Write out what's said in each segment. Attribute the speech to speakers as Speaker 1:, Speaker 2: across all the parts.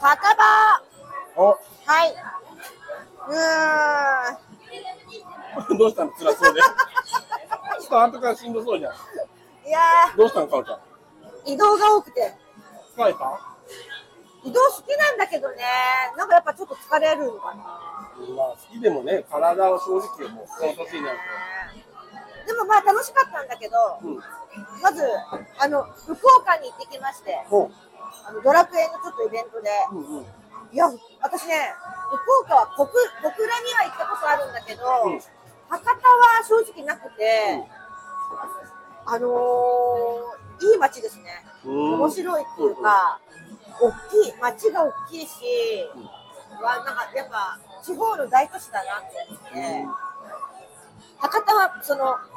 Speaker 1: 高場
Speaker 2: お、
Speaker 1: はいうーん
Speaker 2: どうしたの辛そうで。ちょっとあんたからしんどそうじゃん。
Speaker 1: いや
Speaker 2: どうしたのかおちゃん。
Speaker 1: ー移動が多くて
Speaker 2: 疲れた
Speaker 1: 移動好きなんだけどねなんかやっぱちょっと疲れるのかな
Speaker 2: まあ、好きでもね、体は正直もう、この年になる
Speaker 1: でもまあ楽しかったんだけど
Speaker 2: と。うん。
Speaker 1: まずあの福岡に行ってきまして
Speaker 2: ほ
Speaker 1: あのドラクエのちょっとイベントで
Speaker 2: う。うんうん。
Speaker 1: いや私ね福岡は小倉小倉には行ったことあるんだけど、
Speaker 2: うん
Speaker 1: 博多は正直なくて、あのーいい街ですね
Speaker 2: うん
Speaker 1: 面白いっていうか、大きい街が大きいし、はなんかやっぱ地方の大都市だなって思って、博多はその空港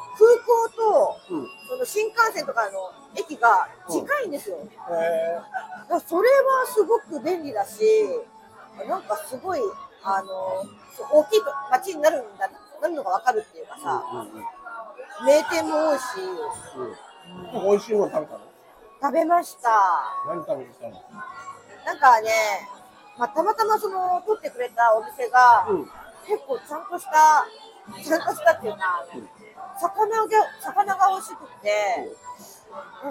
Speaker 1: と
Speaker 2: うん。うん。
Speaker 1: その新幹線とかの駅が近いんですよ、だ
Speaker 2: え
Speaker 1: からそれはすごく便利だしなんかすごいあのそう大きい街になるんだなるのが分かるっていうか
Speaker 2: ー。
Speaker 1: さ、
Speaker 2: うんうんうん。
Speaker 1: 名店も多いし
Speaker 2: うん。美味しいもの食べたの
Speaker 1: 食べました
Speaker 2: 何食べてきたの
Speaker 1: なんかね、まあ、たまたまその撮ってくれたお店が、
Speaker 2: うん。
Speaker 1: 結構ちゃんとした、ちゃんとしたっていうか、
Speaker 2: うん
Speaker 1: 魚が魚が美味しくて、う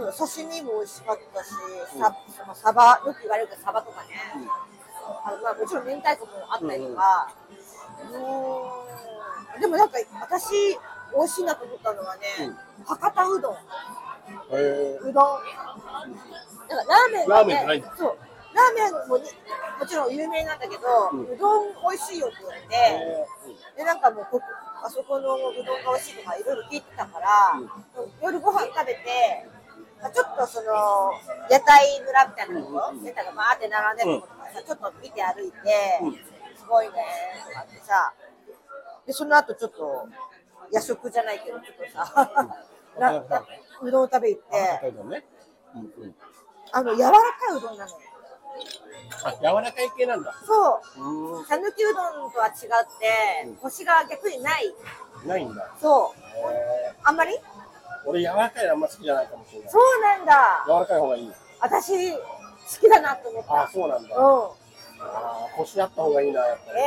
Speaker 1: ん、刺身も美味しかったし、さそのサバ、よく言われるけど、サバとかね、
Speaker 2: うん
Speaker 1: あのまあ、もちろん明太子もあったりとか、うーんでもなんか私、美味しいなと思ったのはね、博多うどん。
Speaker 2: え
Speaker 1: うどん。なんかラーメン
Speaker 2: ラ
Speaker 1: が
Speaker 2: ーメンじゃないん
Speaker 1: ね
Speaker 2: だ、
Speaker 1: そう、ラーメンもにもちろん有名なんだけど、
Speaker 2: う
Speaker 1: うんどん美味しいよって言われて、
Speaker 2: ー。え
Speaker 1: でなんかもうこあそこのうどんが美味しいとかいろいろ聞いてたから、
Speaker 2: うん
Speaker 1: 夜ご飯食べて、まあ、ちょっとその屋台村みたいなとこ
Speaker 2: うんう
Speaker 1: ろ、
Speaker 2: んうん
Speaker 1: 屋台がバーって並んでるとことかさ、ちょっと見て歩いて、
Speaker 2: うん
Speaker 1: すごいねとかってさ、でその後ちょっと夜食じゃないけどちょっとさ、
Speaker 2: うん
Speaker 1: ななうどんを食べ行っ
Speaker 2: ー。あ、
Speaker 1: て、
Speaker 2: 食べたのね。うんうん。
Speaker 1: あの柔らかいうどんなのよ。
Speaker 2: あ、柔らかい系なんだ。
Speaker 1: そう
Speaker 2: ー
Speaker 1: う、讃岐うどんとは違って、
Speaker 2: うん
Speaker 1: コシが逆にない。
Speaker 2: ん。ないんだ。
Speaker 1: そう。
Speaker 2: えー。
Speaker 1: あんまり
Speaker 2: 俺、柔らかいのあんま好きじゃないかもしれない。
Speaker 1: そうなんだ
Speaker 2: 柔。らかい方がいい。
Speaker 1: 私好きだなと思っ
Speaker 2: あ、
Speaker 1: た。
Speaker 2: そうなんだ。
Speaker 1: う
Speaker 2: あー腰あった方がいいな、やっぱ
Speaker 1: ん。
Speaker 2: り。
Speaker 1: え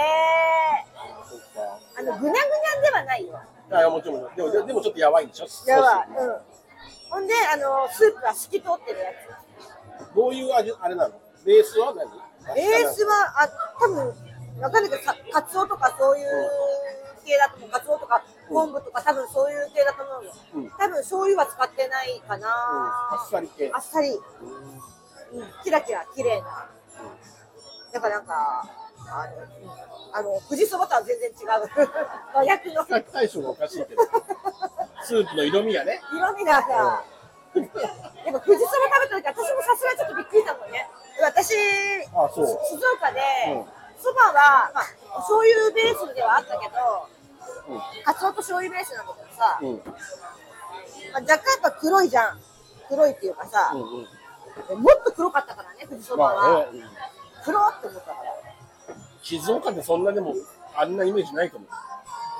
Speaker 2: そっか。
Speaker 1: えー。あのぐにゃぐにゃではないよ。
Speaker 2: いやいや、もちろん。でも、ででもちょっとやばいんでしょ
Speaker 1: やばい。
Speaker 2: 少し
Speaker 1: うん。ほんであのスープは透き通ってるや
Speaker 2: どういう味、あれなのベースは何
Speaker 1: つ。ベースはあ多分わかんないけどかカツオとかそういう系だと思う。カツオとか昆布とか多分そういう系だと思うよ。
Speaker 2: うん。
Speaker 1: 多分醤油は使ってないかな。
Speaker 2: あっさり系
Speaker 1: あ。っさり。
Speaker 2: うんうん
Speaker 1: うん。キラキラ綺麗な。だからなんか。あの、あの、富士そばとは全然違う。和訳の。
Speaker 2: 比較対象がおかしい けど。スープの色味がね。
Speaker 1: 色味がさ、やっぱ富士そば食べた時、私もさすがにちょっとびっくりだもんね。私、
Speaker 2: あそう
Speaker 1: し静岡で
Speaker 2: うん、
Speaker 1: そばは、まあ、醤油ベースではあったけど、
Speaker 2: うん
Speaker 1: カツオと醤油ベースなんだけどさ、
Speaker 2: うん。
Speaker 1: まあ、若干やっぱ黒いじゃん。黒いっていうかさ、
Speaker 2: うんうん。
Speaker 1: もっと黒かったからね、富士そば
Speaker 2: まあ
Speaker 1: は。
Speaker 2: ね、うん
Speaker 1: 黒って思ったから。
Speaker 2: 静岡ってそんなでも、あんなイメージないかも。う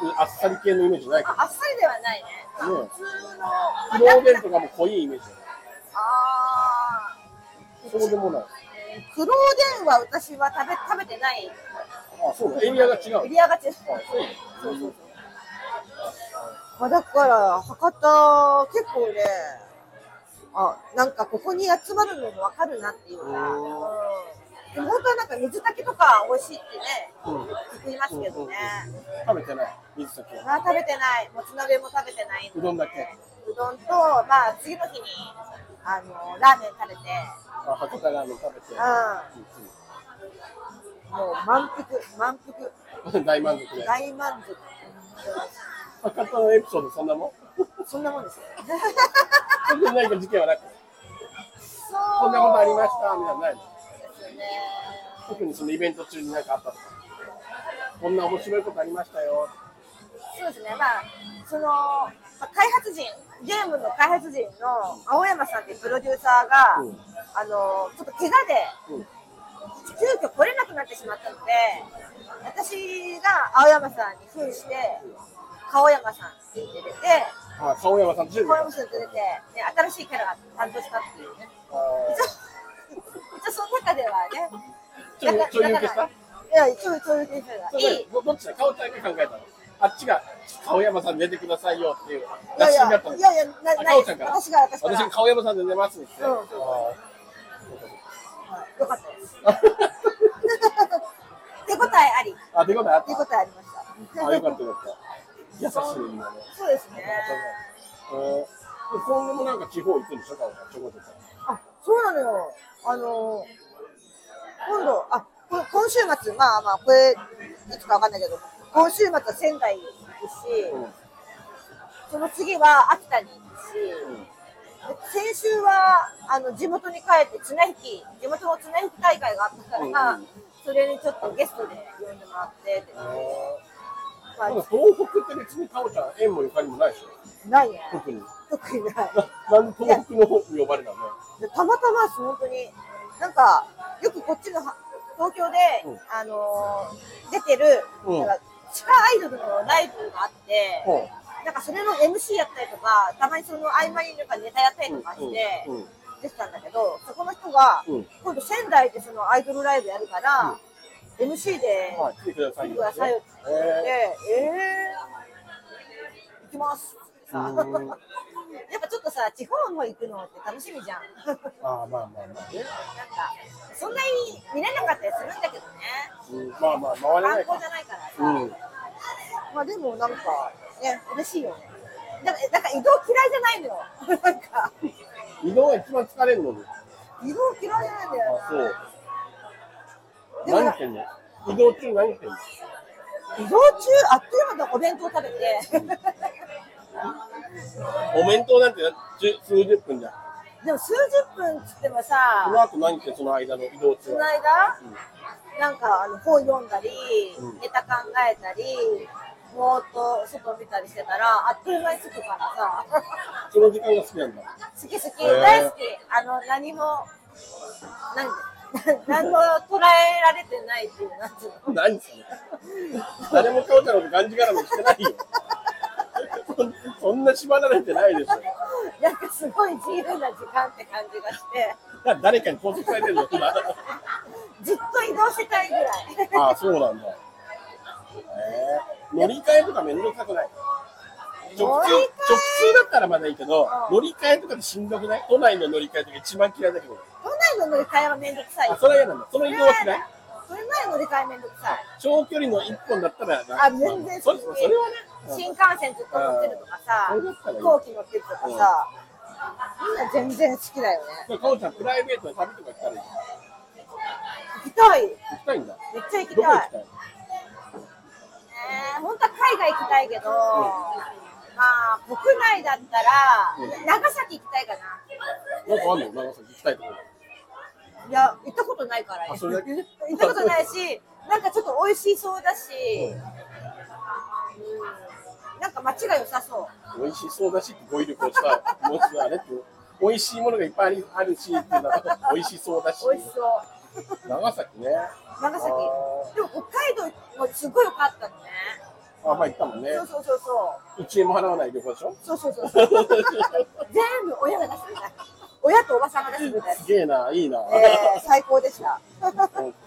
Speaker 2: んあっさり系のイメージないか
Speaker 1: ああっさりではないね。まあ
Speaker 2: ね
Speaker 1: 普通の、ま
Speaker 2: も。
Speaker 1: あ
Speaker 2: 黒おでんとかも濃いイメージだね。
Speaker 1: あ
Speaker 2: そうでもない。
Speaker 1: ー黒おでんは私は食べ食べてない。
Speaker 2: あ、そうだ。エリアが違う。
Speaker 1: エリアが違う。
Speaker 2: あ、そうだ。
Speaker 1: そうそうそう。まあ、だから、博多、結構ね、あ、なんかここに集まるのもわかるなっていうか、うん
Speaker 2: うん
Speaker 1: でも本当はなんか水炊きとか美味しいってね、
Speaker 2: うん。
Speaker 1: 聞きますけどね。
Speaker 2: 食べてない。水炊きは。
Speaker 1: まあ食べてない、もつ鍋も食べてないで
Speaker 2: うどんだけ。
Speaker 1: うどんと、まあ次の日に、あの、ラーメン食べて、
Speaker 2: あ博多ラーメン食べて。う
Speaker 1: うん、もう満腹、満腹、
Speaker 2: んうん大満足で。
Speaker 1: 大満足。
Speaker 2: 博多のエピソードそんなもん。
Speaker 1: そんなもんですよ。
Speaker 2: そんな何か事件はなく。
Speaker 1: そ
Speaker 2: こんなことありましたみたいなのない
Speaker 1: で
Speaker 2: の。
Speaker 1: すよね。
Speaker 2: 特にそのイベント中に何かあったとか。こんな面白いことありましたよ。
Speaker 1: そうですね、まあ、その、まあ開発人、ゲームの開発人の青山さんっていうプロデューサーが、
Speaker 2: うん
Speaker 1: あの、ちょっと怪我
Speaker 2: うん
Speaker 1: で、急遽来れなくなってしまったので、私が青山さんに扮して、顔山さんって出てて、
Speaker 2: あ、顔山さんと一緒に
Speaker 1: 顔山さんって出て、ね、新しいキャラが担当したっていうね。
Speaker 2: あ
Speaker 1: 一応、一応その中ではね、
Speaker 2: ちょっと
Speaker 1: だ
Speaker 2: 言う
Speaker 1: か
Speaker 2: けした
Speaker 1: らいや、ちょいちょい言うけ
Speaker 2: そ
Speaker 1: した。い
Speaker 2: れ
Speaker 1: い。
Speaker 2: どどっちだ顔ちゃんが考えたのあっちが顔山さん出てくださいよっていう
Speaker 1: いやい
Speaker 2: 雑誌
Speaker 1: や、
Speaker 2: になったの
Speaker 1: いやいや、な、
Speaker 2: あ
Speaker 1: な
Speaker 2: かお
Speaker 1: い
Speaker 2: ちゃんから
Speaker 1: 私が、私から。
Speaker 2: 私が顔山さんで出ますって言っ
Speaker 1: う
Speaker 2: て、
Speaker 1: ん
Speaker 2: あ
Speaker 1: はいよかったです。手応えあり。
Speaker 2: ーあ出方あっ
Speaker 1: 手応えありました。
Speaker 2: たあよかったよかった優しいんだね
Speaker 1: そうですね。
Speaker 2: えー今後もなんか地方行くんでしょかおちゃんちょこちょこ
Speaker 1: あ、そうなのよ。あの今度、あ、こ今週末、まあまあ、これ、いつかわかんないけど、今週末は仙台に行
Speaker 2: うん
Speaker 1: くし、その次は秋田に行くし、
Speaker 2: うん
Speaker 1: 先週はあの地元に帰って綱引き地元の綱引き大会があったから、
Speaker 2: うんうん
Speaker 1: それにちょっとゲストで呼んでもらってって、
Speaker 2: なん
Speaker 1: ま
Speaker 2: か東北って別にかおちゃん縁もゆかりもないでしょ
Speaker 1: あ、ないね
Speaker 2: 特に
Speaker 1: 特にない
Speaker 2: ななんで東北の方に呼ばれたの
Speaker 1: でたまたまです本当になんかよくこっちのは東京で、
Speaker 2: うん
Speaker 1: あのー出てる、
Speaker 2: うん
Speaker 1: なんか地下アイドルのライブがあって、
Speaker 2: ほ
Speaker 1: なんかそれの MC やったりとかたまにその合間になんかネタやったりとかして、
Speaker 2: うんうんうん
Speaker 1: 出てたんだけどそこの人が、
Speaker 2: うん
Speaker 1: 今度仙台でそのアイドルライブやるから、MC で
Speaker 2: はい来てくださ
Speaker 1: 来
Speaker 2: い
Speaker 1: て
Speaker 2: よ
Speaker 1: くださいよって言って、
Speaker 2: え
Speaker 1: えー行きますってさ
Speaker 2: う
Speaker 1: やっ
Speaker 2: ん
Speaker 1: ぱちょっとさ地方も行くのって楽しみじゃん なんか
Speaker 2: ーあーまあまあまあね
Speaker 1: そんなに見れなかったりするんだけどね
Speaker 2: うんまあまあ回れな
Speaker 1: 観
Speaker 2: い
Speaker 1: 光
Speaker 2: か
Speaker 1: じゃないからさ、
Speaker 2: うん
Speaker 1: まあでもなんかね嬉しいよねなんかなんか移動嫌いじゃないのよ なんか
Speaker 2: 移動が一番疲れるのに
Speaker 1: 移動嫌いじゃないんだよ
Speaker 2: あ
Speaker 1: な
Speaker 2: そう
Speaker 1: でも
Speaker 2: 何してんの移動中何してんの
Speaker 1: 移動中あっという間にお弁当食べて
Speaker 2: お弁当なんてじゅ数十分じゃん
Speaker 1: でも数十分っつっても
Speaker 2: その
Speaker 1: さ
Speaker 2: 後何してその間の移動
Speaker 1: そ
Speaker 2: 中
Speaker 1: の
Speaker 2: は
Speaker 1: 間
Speaker 2: うん
Speaker 1: なんかあの本読んだり
Speaker 2: うん
Speaker 1: ネタ考えたりぼーっと外見たりしてたらあっという間に着くからさ
Speaker 2: その時間が好きなんだ
Speaker 1: 好き好き
Speaker 2: へー
Speaker 1: 大好きあの何も何 何も捉えられてないっていうなんていうの
Speaker 2: 何それ誰もかおちゃんのことがんじがらめにしてないよそそんな縛られてないでしょ
Speaker 1: なんかすごい自由な時間って感じがして
Speaker 2: 誰かに拘束されてるの今
Speaker 1: ずっと移動してたいぐら い
Speaker 2: ああそうなんだ、えー、乗り換えとか面倒くさくない直
Speaker 1: 乗
Speaker 2: 通直
Speaker 1: り換え
Speaker 2: 通だったらまだいいけど、
Speaker 1: うん
Speaker 2: 乗り換えとかでしんどくない都内の乗り換えとか一番嫌いだけど
Speaker 1: 都内の乗り換えはめんどくさいよ
Speaker 2: あそれは嫌なんだその移動は嫌い
Speaker 1: それ前乗り換えめんどくさい。
Speaker 2: 長距離の一本だったらな
Speaker 1: あ、全然
Speaker 2: そ
Speaker 1: 好き
Speaker 2: れそれはねうん
Speaker 1: 新幹線ずっと乗ってるとかさ、
Speaker 2: うんそれだったらいい
Speaker 1: 飛行機乗ってるとかさ、みんな全然好きだよね。
Speaker 2: かおちゃんプライベートで旅とか行ったらいい
Speaker 1: 行きたい。めっ
Speaker 2: 行きたいんだ
Speaker 1: ちゃ行き
Speaker 2: どこ行
Speaker 1: た
Speaker 2: き
Speaker 1: い。
Speaker 2: たい
Speaker 1: えー、本当は海外行きたいけど、まあ、国内だったら、
Speaker 2: うん
Speaker 1: 長崎行きたいかな。
Speaker 2: なんかあんの長崎行きたいところ
Speaker 1: いや、行ったことないから。
Speaker 2: あそれだけ
Speaker 1: 行ったことないし、なんかちょっと美味しそうだし、うんなんか街が良さそう。
Speaker 2: 美味しそうだしって語彙力をしたもう一度あれって美味しいものがいっぱいありあるしっていうのが美味しそうだし
Speaker 1: 美味しそう。
Speaker 2: 長崎ね
Speaker 1: 長崎
Speaker 2: あ
Speaker 1: でも北海道もすごい良かったのね
Speaker 2: あまあ行ったもんね
Speaker 1: そうそうそうそ
Speaker 2: 1円も払わない旅行でし ょ
Speaker 1: うそうそう そうそう全部親が出してみたい親とおばさんが出してみ たい、
Speaker 2: すげえないいな、
Speaker 1: えー、最高でした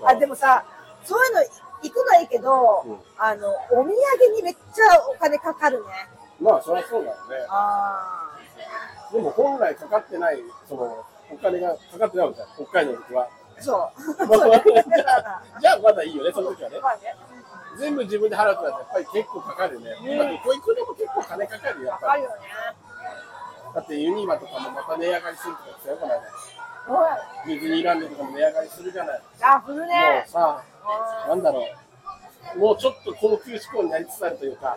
Speaker 1: あでもさそういうの行くのはいいけど、
Speaker 2: うん
Speaker 1: あのお土産にめっちゃお金かかるね
Speaker 2: まあそりゃそうだよね
Speaker 1: あ
Speaker 2: でも本来かかってないそのお金がかかってないわけじゃん北海道の時は、
Speaker 1: あそう
Speaker 2: まあ
Speaker 1: そうねだ
Speaker 2: じ
Speaker 1: か
Speaker 2: ゃ
Speaker 1: ら
Speaker 2: あじゃあまだいいよねその時はね
Speaker 1: まあね
Speaker 2: 全部自分で払うとなるとやっぱり結構かかるね今旅行行くのも結構金かかるよや
Speaker 1: か
Speaker 2: っ
Speaker 1: か
Speaker 2: ぱ
Speaker 1: る
Speaker 2: り
Speaker 1: よね
Speaker 2: だってユニバとかもまた値上がりするとか強くない
Speaker 1: ほら
Speaker 2: ディズニーランドとかも値上がりするじゃない。
Speaker 1: あ振る
Speaker 2: も
Speaker 1: ね
Speaker 2: うさ、
Speaker 1: あ
Speaker 2: なんだろう。もうちょっと高級志向になりつつあるというか、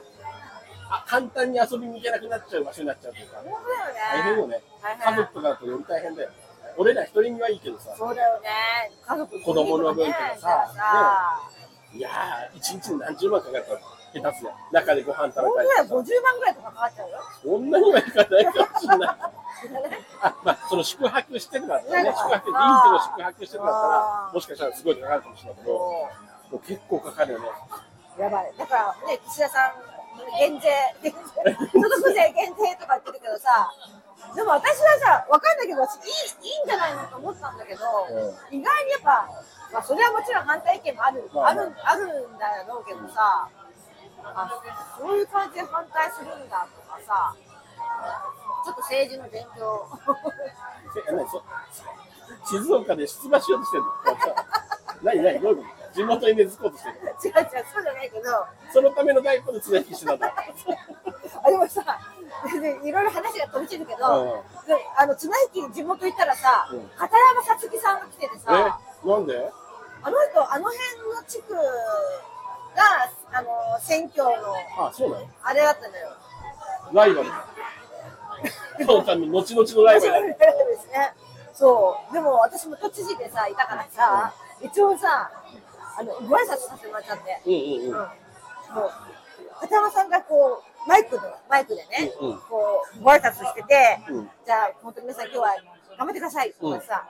Speaker 2: あ簡単に遊びに行けなくなっちゃう場所になっちゃうというか、
Speaker 1: ー本当だ
Speaker 2: 大変
Speaker 1: よ
Speaker 2: よ
Speaker 1: ね
Speaker 2: ね。
Speaker 1: 大変
Speaker 2: 家族とかだとより大変だよ。俺ら一人身はいいけどさ、
Speaker 1: そうだよね家族
Speaker 2: 子供の分とかさ
Speaker 1: いたらさ
Speaker 2: いやー、一日に何十万かかるから、下手すや。中でご飯食べ
Speaker 1: 本当だ
Speaker 2: たり
Speaker 1: よ、
Speaker 2: とか。
Speaker 1: 50万ぐらいとかかかっちゃうよ。
Speaker 2: そんなにはいかないかもしれない。 あまあ、その宿泊してるからね、宿泊でいいけど宿泊してるから、もしかしたらすごいかかるかもしれないけど、もう結構かかるよね。
Speaker 1: やばい。だからね、岸田さん、減税、減税、所得税減税とか言ってるけどさ、でも私はさ、わかんないけど、私いいいいんじゃないのと思ったんだけど、意外にやっぱ、まあ、それはもちろん反対意見もある、
Speaker 2: まあ
Speaker 1: ある、あるんだろうけどさ。あ、そういう感じで反対するんだとかさ。ちょっと政治の勉強。
Speaker 2: え何そ静岡で出馬しようとしてるの 何何どういうこと地元に根付こうとしてるの
Speaker 1: 違う違う、そうじゃないけど。
Speaker 2: そのための大根の綱引きしてたん だ
Speaker 1: あ、でもさ、 いろいろ話が飛び散るけ
Speaker 2: うん
Speaker 1: ど。であの、綱引き地元行ったらさ
Speaker 2: うん、
Speaker 1: 片山さつきさんが来てて
Speaker 2: え
Speaker 1: さ。
Speaker 2: なんで
Speaker 1: あの人、あの辺の地区が、あの、選挙の、
Speaker 2: あそうなの
Speaker 1: あれだったのよ。
Speaker 2: ライバルだそのために後々のライバルだ
Speaker 1: 面白いですね。そう。でも私も都知事でさ、いたからさ、一応さ、あの、ご挨拶させてもらっちゃって。
Speaker 2: うんうんうん
Speaker 1: もう、片山さんがこう、マイクの、マイクでね、
Speaker 2: うんうん
Speaker 1: こう、ご挨拶してて、
Speaker 2: うん
Speaker 1: じゃあ、本当に皆さん今日は頑張ってください、とかさ、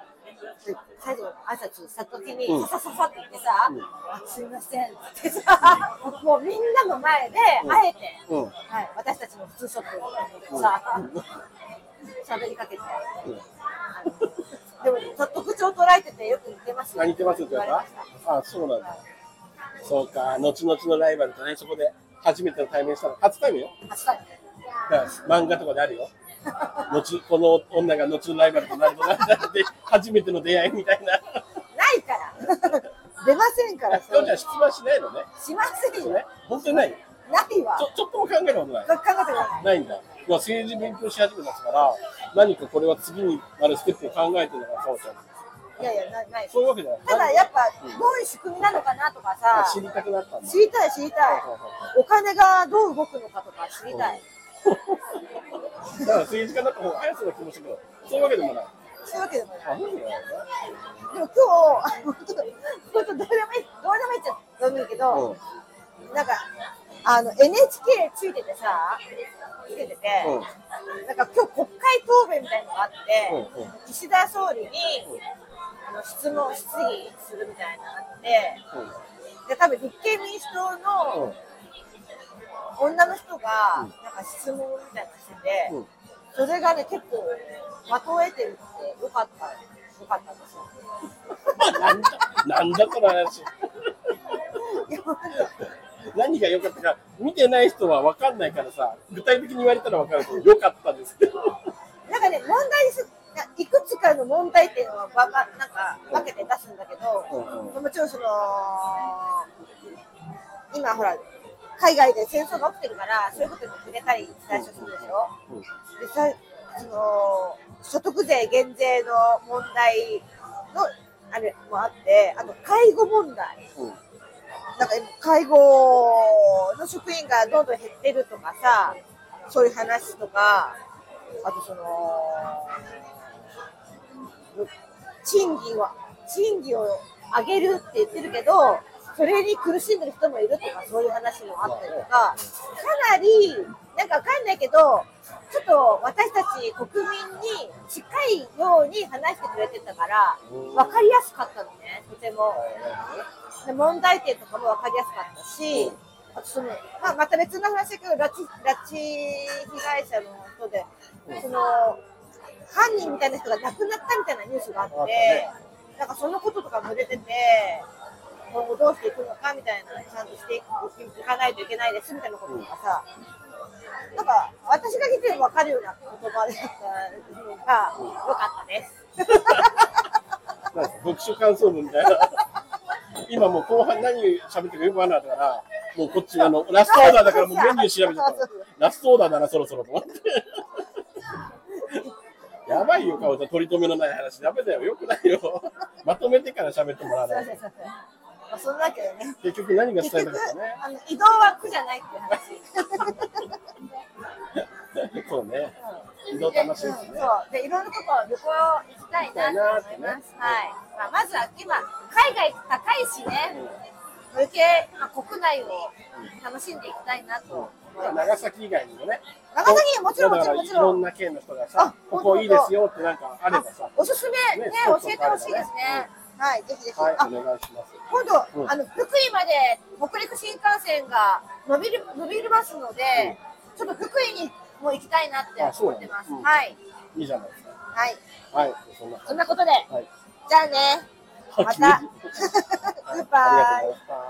Speaker 1: で最後の挨拶した時に、
Speaker 2: うん
Speaker 1: ささささって言ってさ、
Speaker 2: うん
Speaker 1: あすいませんってさ、もうみんなの前で、あえて、
Speaker 2: うん
Speaker 1: はい、私たちの普通ショットをさ、喋りかけて。
Speaker 2: うん
Speaker 1: でも、特徴捉えててよく似てます
Speaker 2: 何言ってますっ
Speaker 1: 言
Speaker 2: て言
Speaker 1: わ
Speaker 2: われ
Speaker 1: れました
Speaker 2: たあそうなんだそうか後々のライバルとねそこで初めての対面したの初対面よ
Speaker 1: 初対面
Speaker 2: だから漫画とかであるよ後この女が後のライバルとなるとなって初めての出会いみたいな
Speaker 1: ないから。 出ませんから、
Speaker 2: きょうちゃん出馬しないのね
Speaker 1: しません
Speaker 2: そう
Speaker 1: よ。
Speaker 2: ね本当にないち
Speaker 1: ないわ。
Speaker 2: ょちょっとも考えたことない
Speaker 1: 考えてください。
Speaker 2: ないんだ。まあ、政治勉強し始めたから、何かこれは次にあるステップを考えてるのか、そうちゃん。
Speaker 1: いやいや、なない。
Speaker 2: そういうわけじゃない。
Speaker 1: ただ、やっぱ、どういう仕組みなのかなとかさ
Speaker 2: あ、知りたくなったんだ。
Speaker 1: 知りたい、知りたい。お金がどう動くのかとか知りたい。
Speaker 2: だから政治家になった方が早そうな気もするけど、そういうわけでもない。
Speaker 1: そういうわけでもない。
Speaker 2: あ、そうじゃないのか
Speaker 1: でも今日、本当、本当どうでもいい、どうでもいいっちゃどうでもいいけ
Speaker 2: なうん
Speaker 1: ど、なんか、あの、NHK ついててさ、つけてて、なんか今日国会答弁みたいなのがあって、
Speaker 2: うんうん
Speaker 1: 岸田総理に、あの質問、質疑するみたいなのがあって、で多分立憲民主党
Speaker 2: うん。うん。
Speaker 1: の女の人がなんか質問みたいなのしてて、
Speaker 2: うん
Speaker 1: それがね結構まとえてるってよかったよかったんですよ。
Speaker 2: なんだ、なんだこの話。
Speaker 1: いや本
Speaker 2: 何が良かったか、見てない人は分かんないからさ、具体的に言われたら分かるけど、良かったですけど。
Speaker 1: 当なんかね問題すないくつかの問題点はばばなんか分けて出すんだけど、
Speaker 2: う
Speaker 1: もちろんその今ほら海外で戦争が起きてるからそういうことに触れたり最初するでしょ。
Speaker 2: うん
Speaker 1: でさその所得税減税の問題のあれもあってあと介護問題
Speaker 2: うん
Speaker 1: なんか介護の職員がどんどん減ってるとかさそういう話とかあとその賃金は賃金を上げるって言ってるけどそれに苦しんでる人もいるとかそういう話もあったりとかかなりなんかわかんないけどちょっと私たち国民に近いように話してくれてたから分かりやすかったのねとても。で問題点とかも分かりやすかったし、あとそのまあ、また別の話だけど、拉致拉致被害者の人で、その犯人みたいな人が亡くなったみたいなニュースがあって、
Speaker 2: あったね
Speaker 1: なんかそのこととかも出てて、今後どうしていくのかみたいな、ちゃんとしていくいかないといけないですみたいなこととかさ、なんか私が聞いても分かるような言葉でったのが、良かったです。
Speaker 2: なんか読書感想文みたいな。今もう後半何喋ってるかよくわからなかったから、もうこっちあの、ラストオーダーだからもうメニュー調べちゃったの。ラストオーダーだな、そろそろ と思って。やばいよ、顔じゃ取り留めのない話。ダメだよ、よくないよ。まとめてから喋ってもらわ
Speaker 1: すい
Speaker 2: な
Speaker 1: ま
Speaker 2: い
Speaker 1: せん、すい
Speaker 2: と。
Speaker 1: ません。まあ、そんなわけでね。
Speaker 2: 結局何が伝
Speaker 1: 結
Speaker 2: えた
Speaker 1: 局
Speaker 2: かったね。
Speaker 1: あの移動は苦じゃないっていう話。
Speaker 2: そうね。移動楽しいです
Speaker 1: うん
Speaker 2: ね。
Speaker 1: そうでいろんなとこ旅行行きたいなと思います。はい。まあまずは今海外高いしね、余計まあ国内を楽しんでいきたいなと思います。
Speaker 2: 長崎以外にもね。
Speaker 1: 長崎もちろんもちろんも
Speaker 2: い
Speaker 1: ち
Speaker 2: ろ
Speaker 1: ろ
Speaker 2: ん
Speaker 1: ん。
Speaker 2: な県の人が
Speaker 1: あ
Speaker 2: さ、ここいいですよってなんかあればさ
Speaker 1: あ。おすすめね
Speaker 2: ね
Speaker 1: 教えてほしいですね。はいぜひぜひ。
Speaker 2: はい、
Speaker 1: あ
Speaker 2: お願いします。
Speaker 1: 今度、
Speaker 2: うん
Speaker 1: あの福井まで北陸新幹線が伸びる伸びるますので、ちょっと福井にも行きたいなって思ってます。
Speaker 2: あそうなんだうん
Speaker 1: はい
Speaker 2: いいじゃないですか。
Speaker 1: はい
Speaker 2: はい、そんな感
Speaker 1: そん
Speaker 2: じ。
Speaker 1: なことで。
Speaker 2: はい
Speaker 1: じゃあね。また
Speaker 2: あ
Speaker 1: グッ
Speaker 2: りが
Speaker 1: バ
Speaker 2: とう
Speaker 1: イ
Speaker 2: ございました。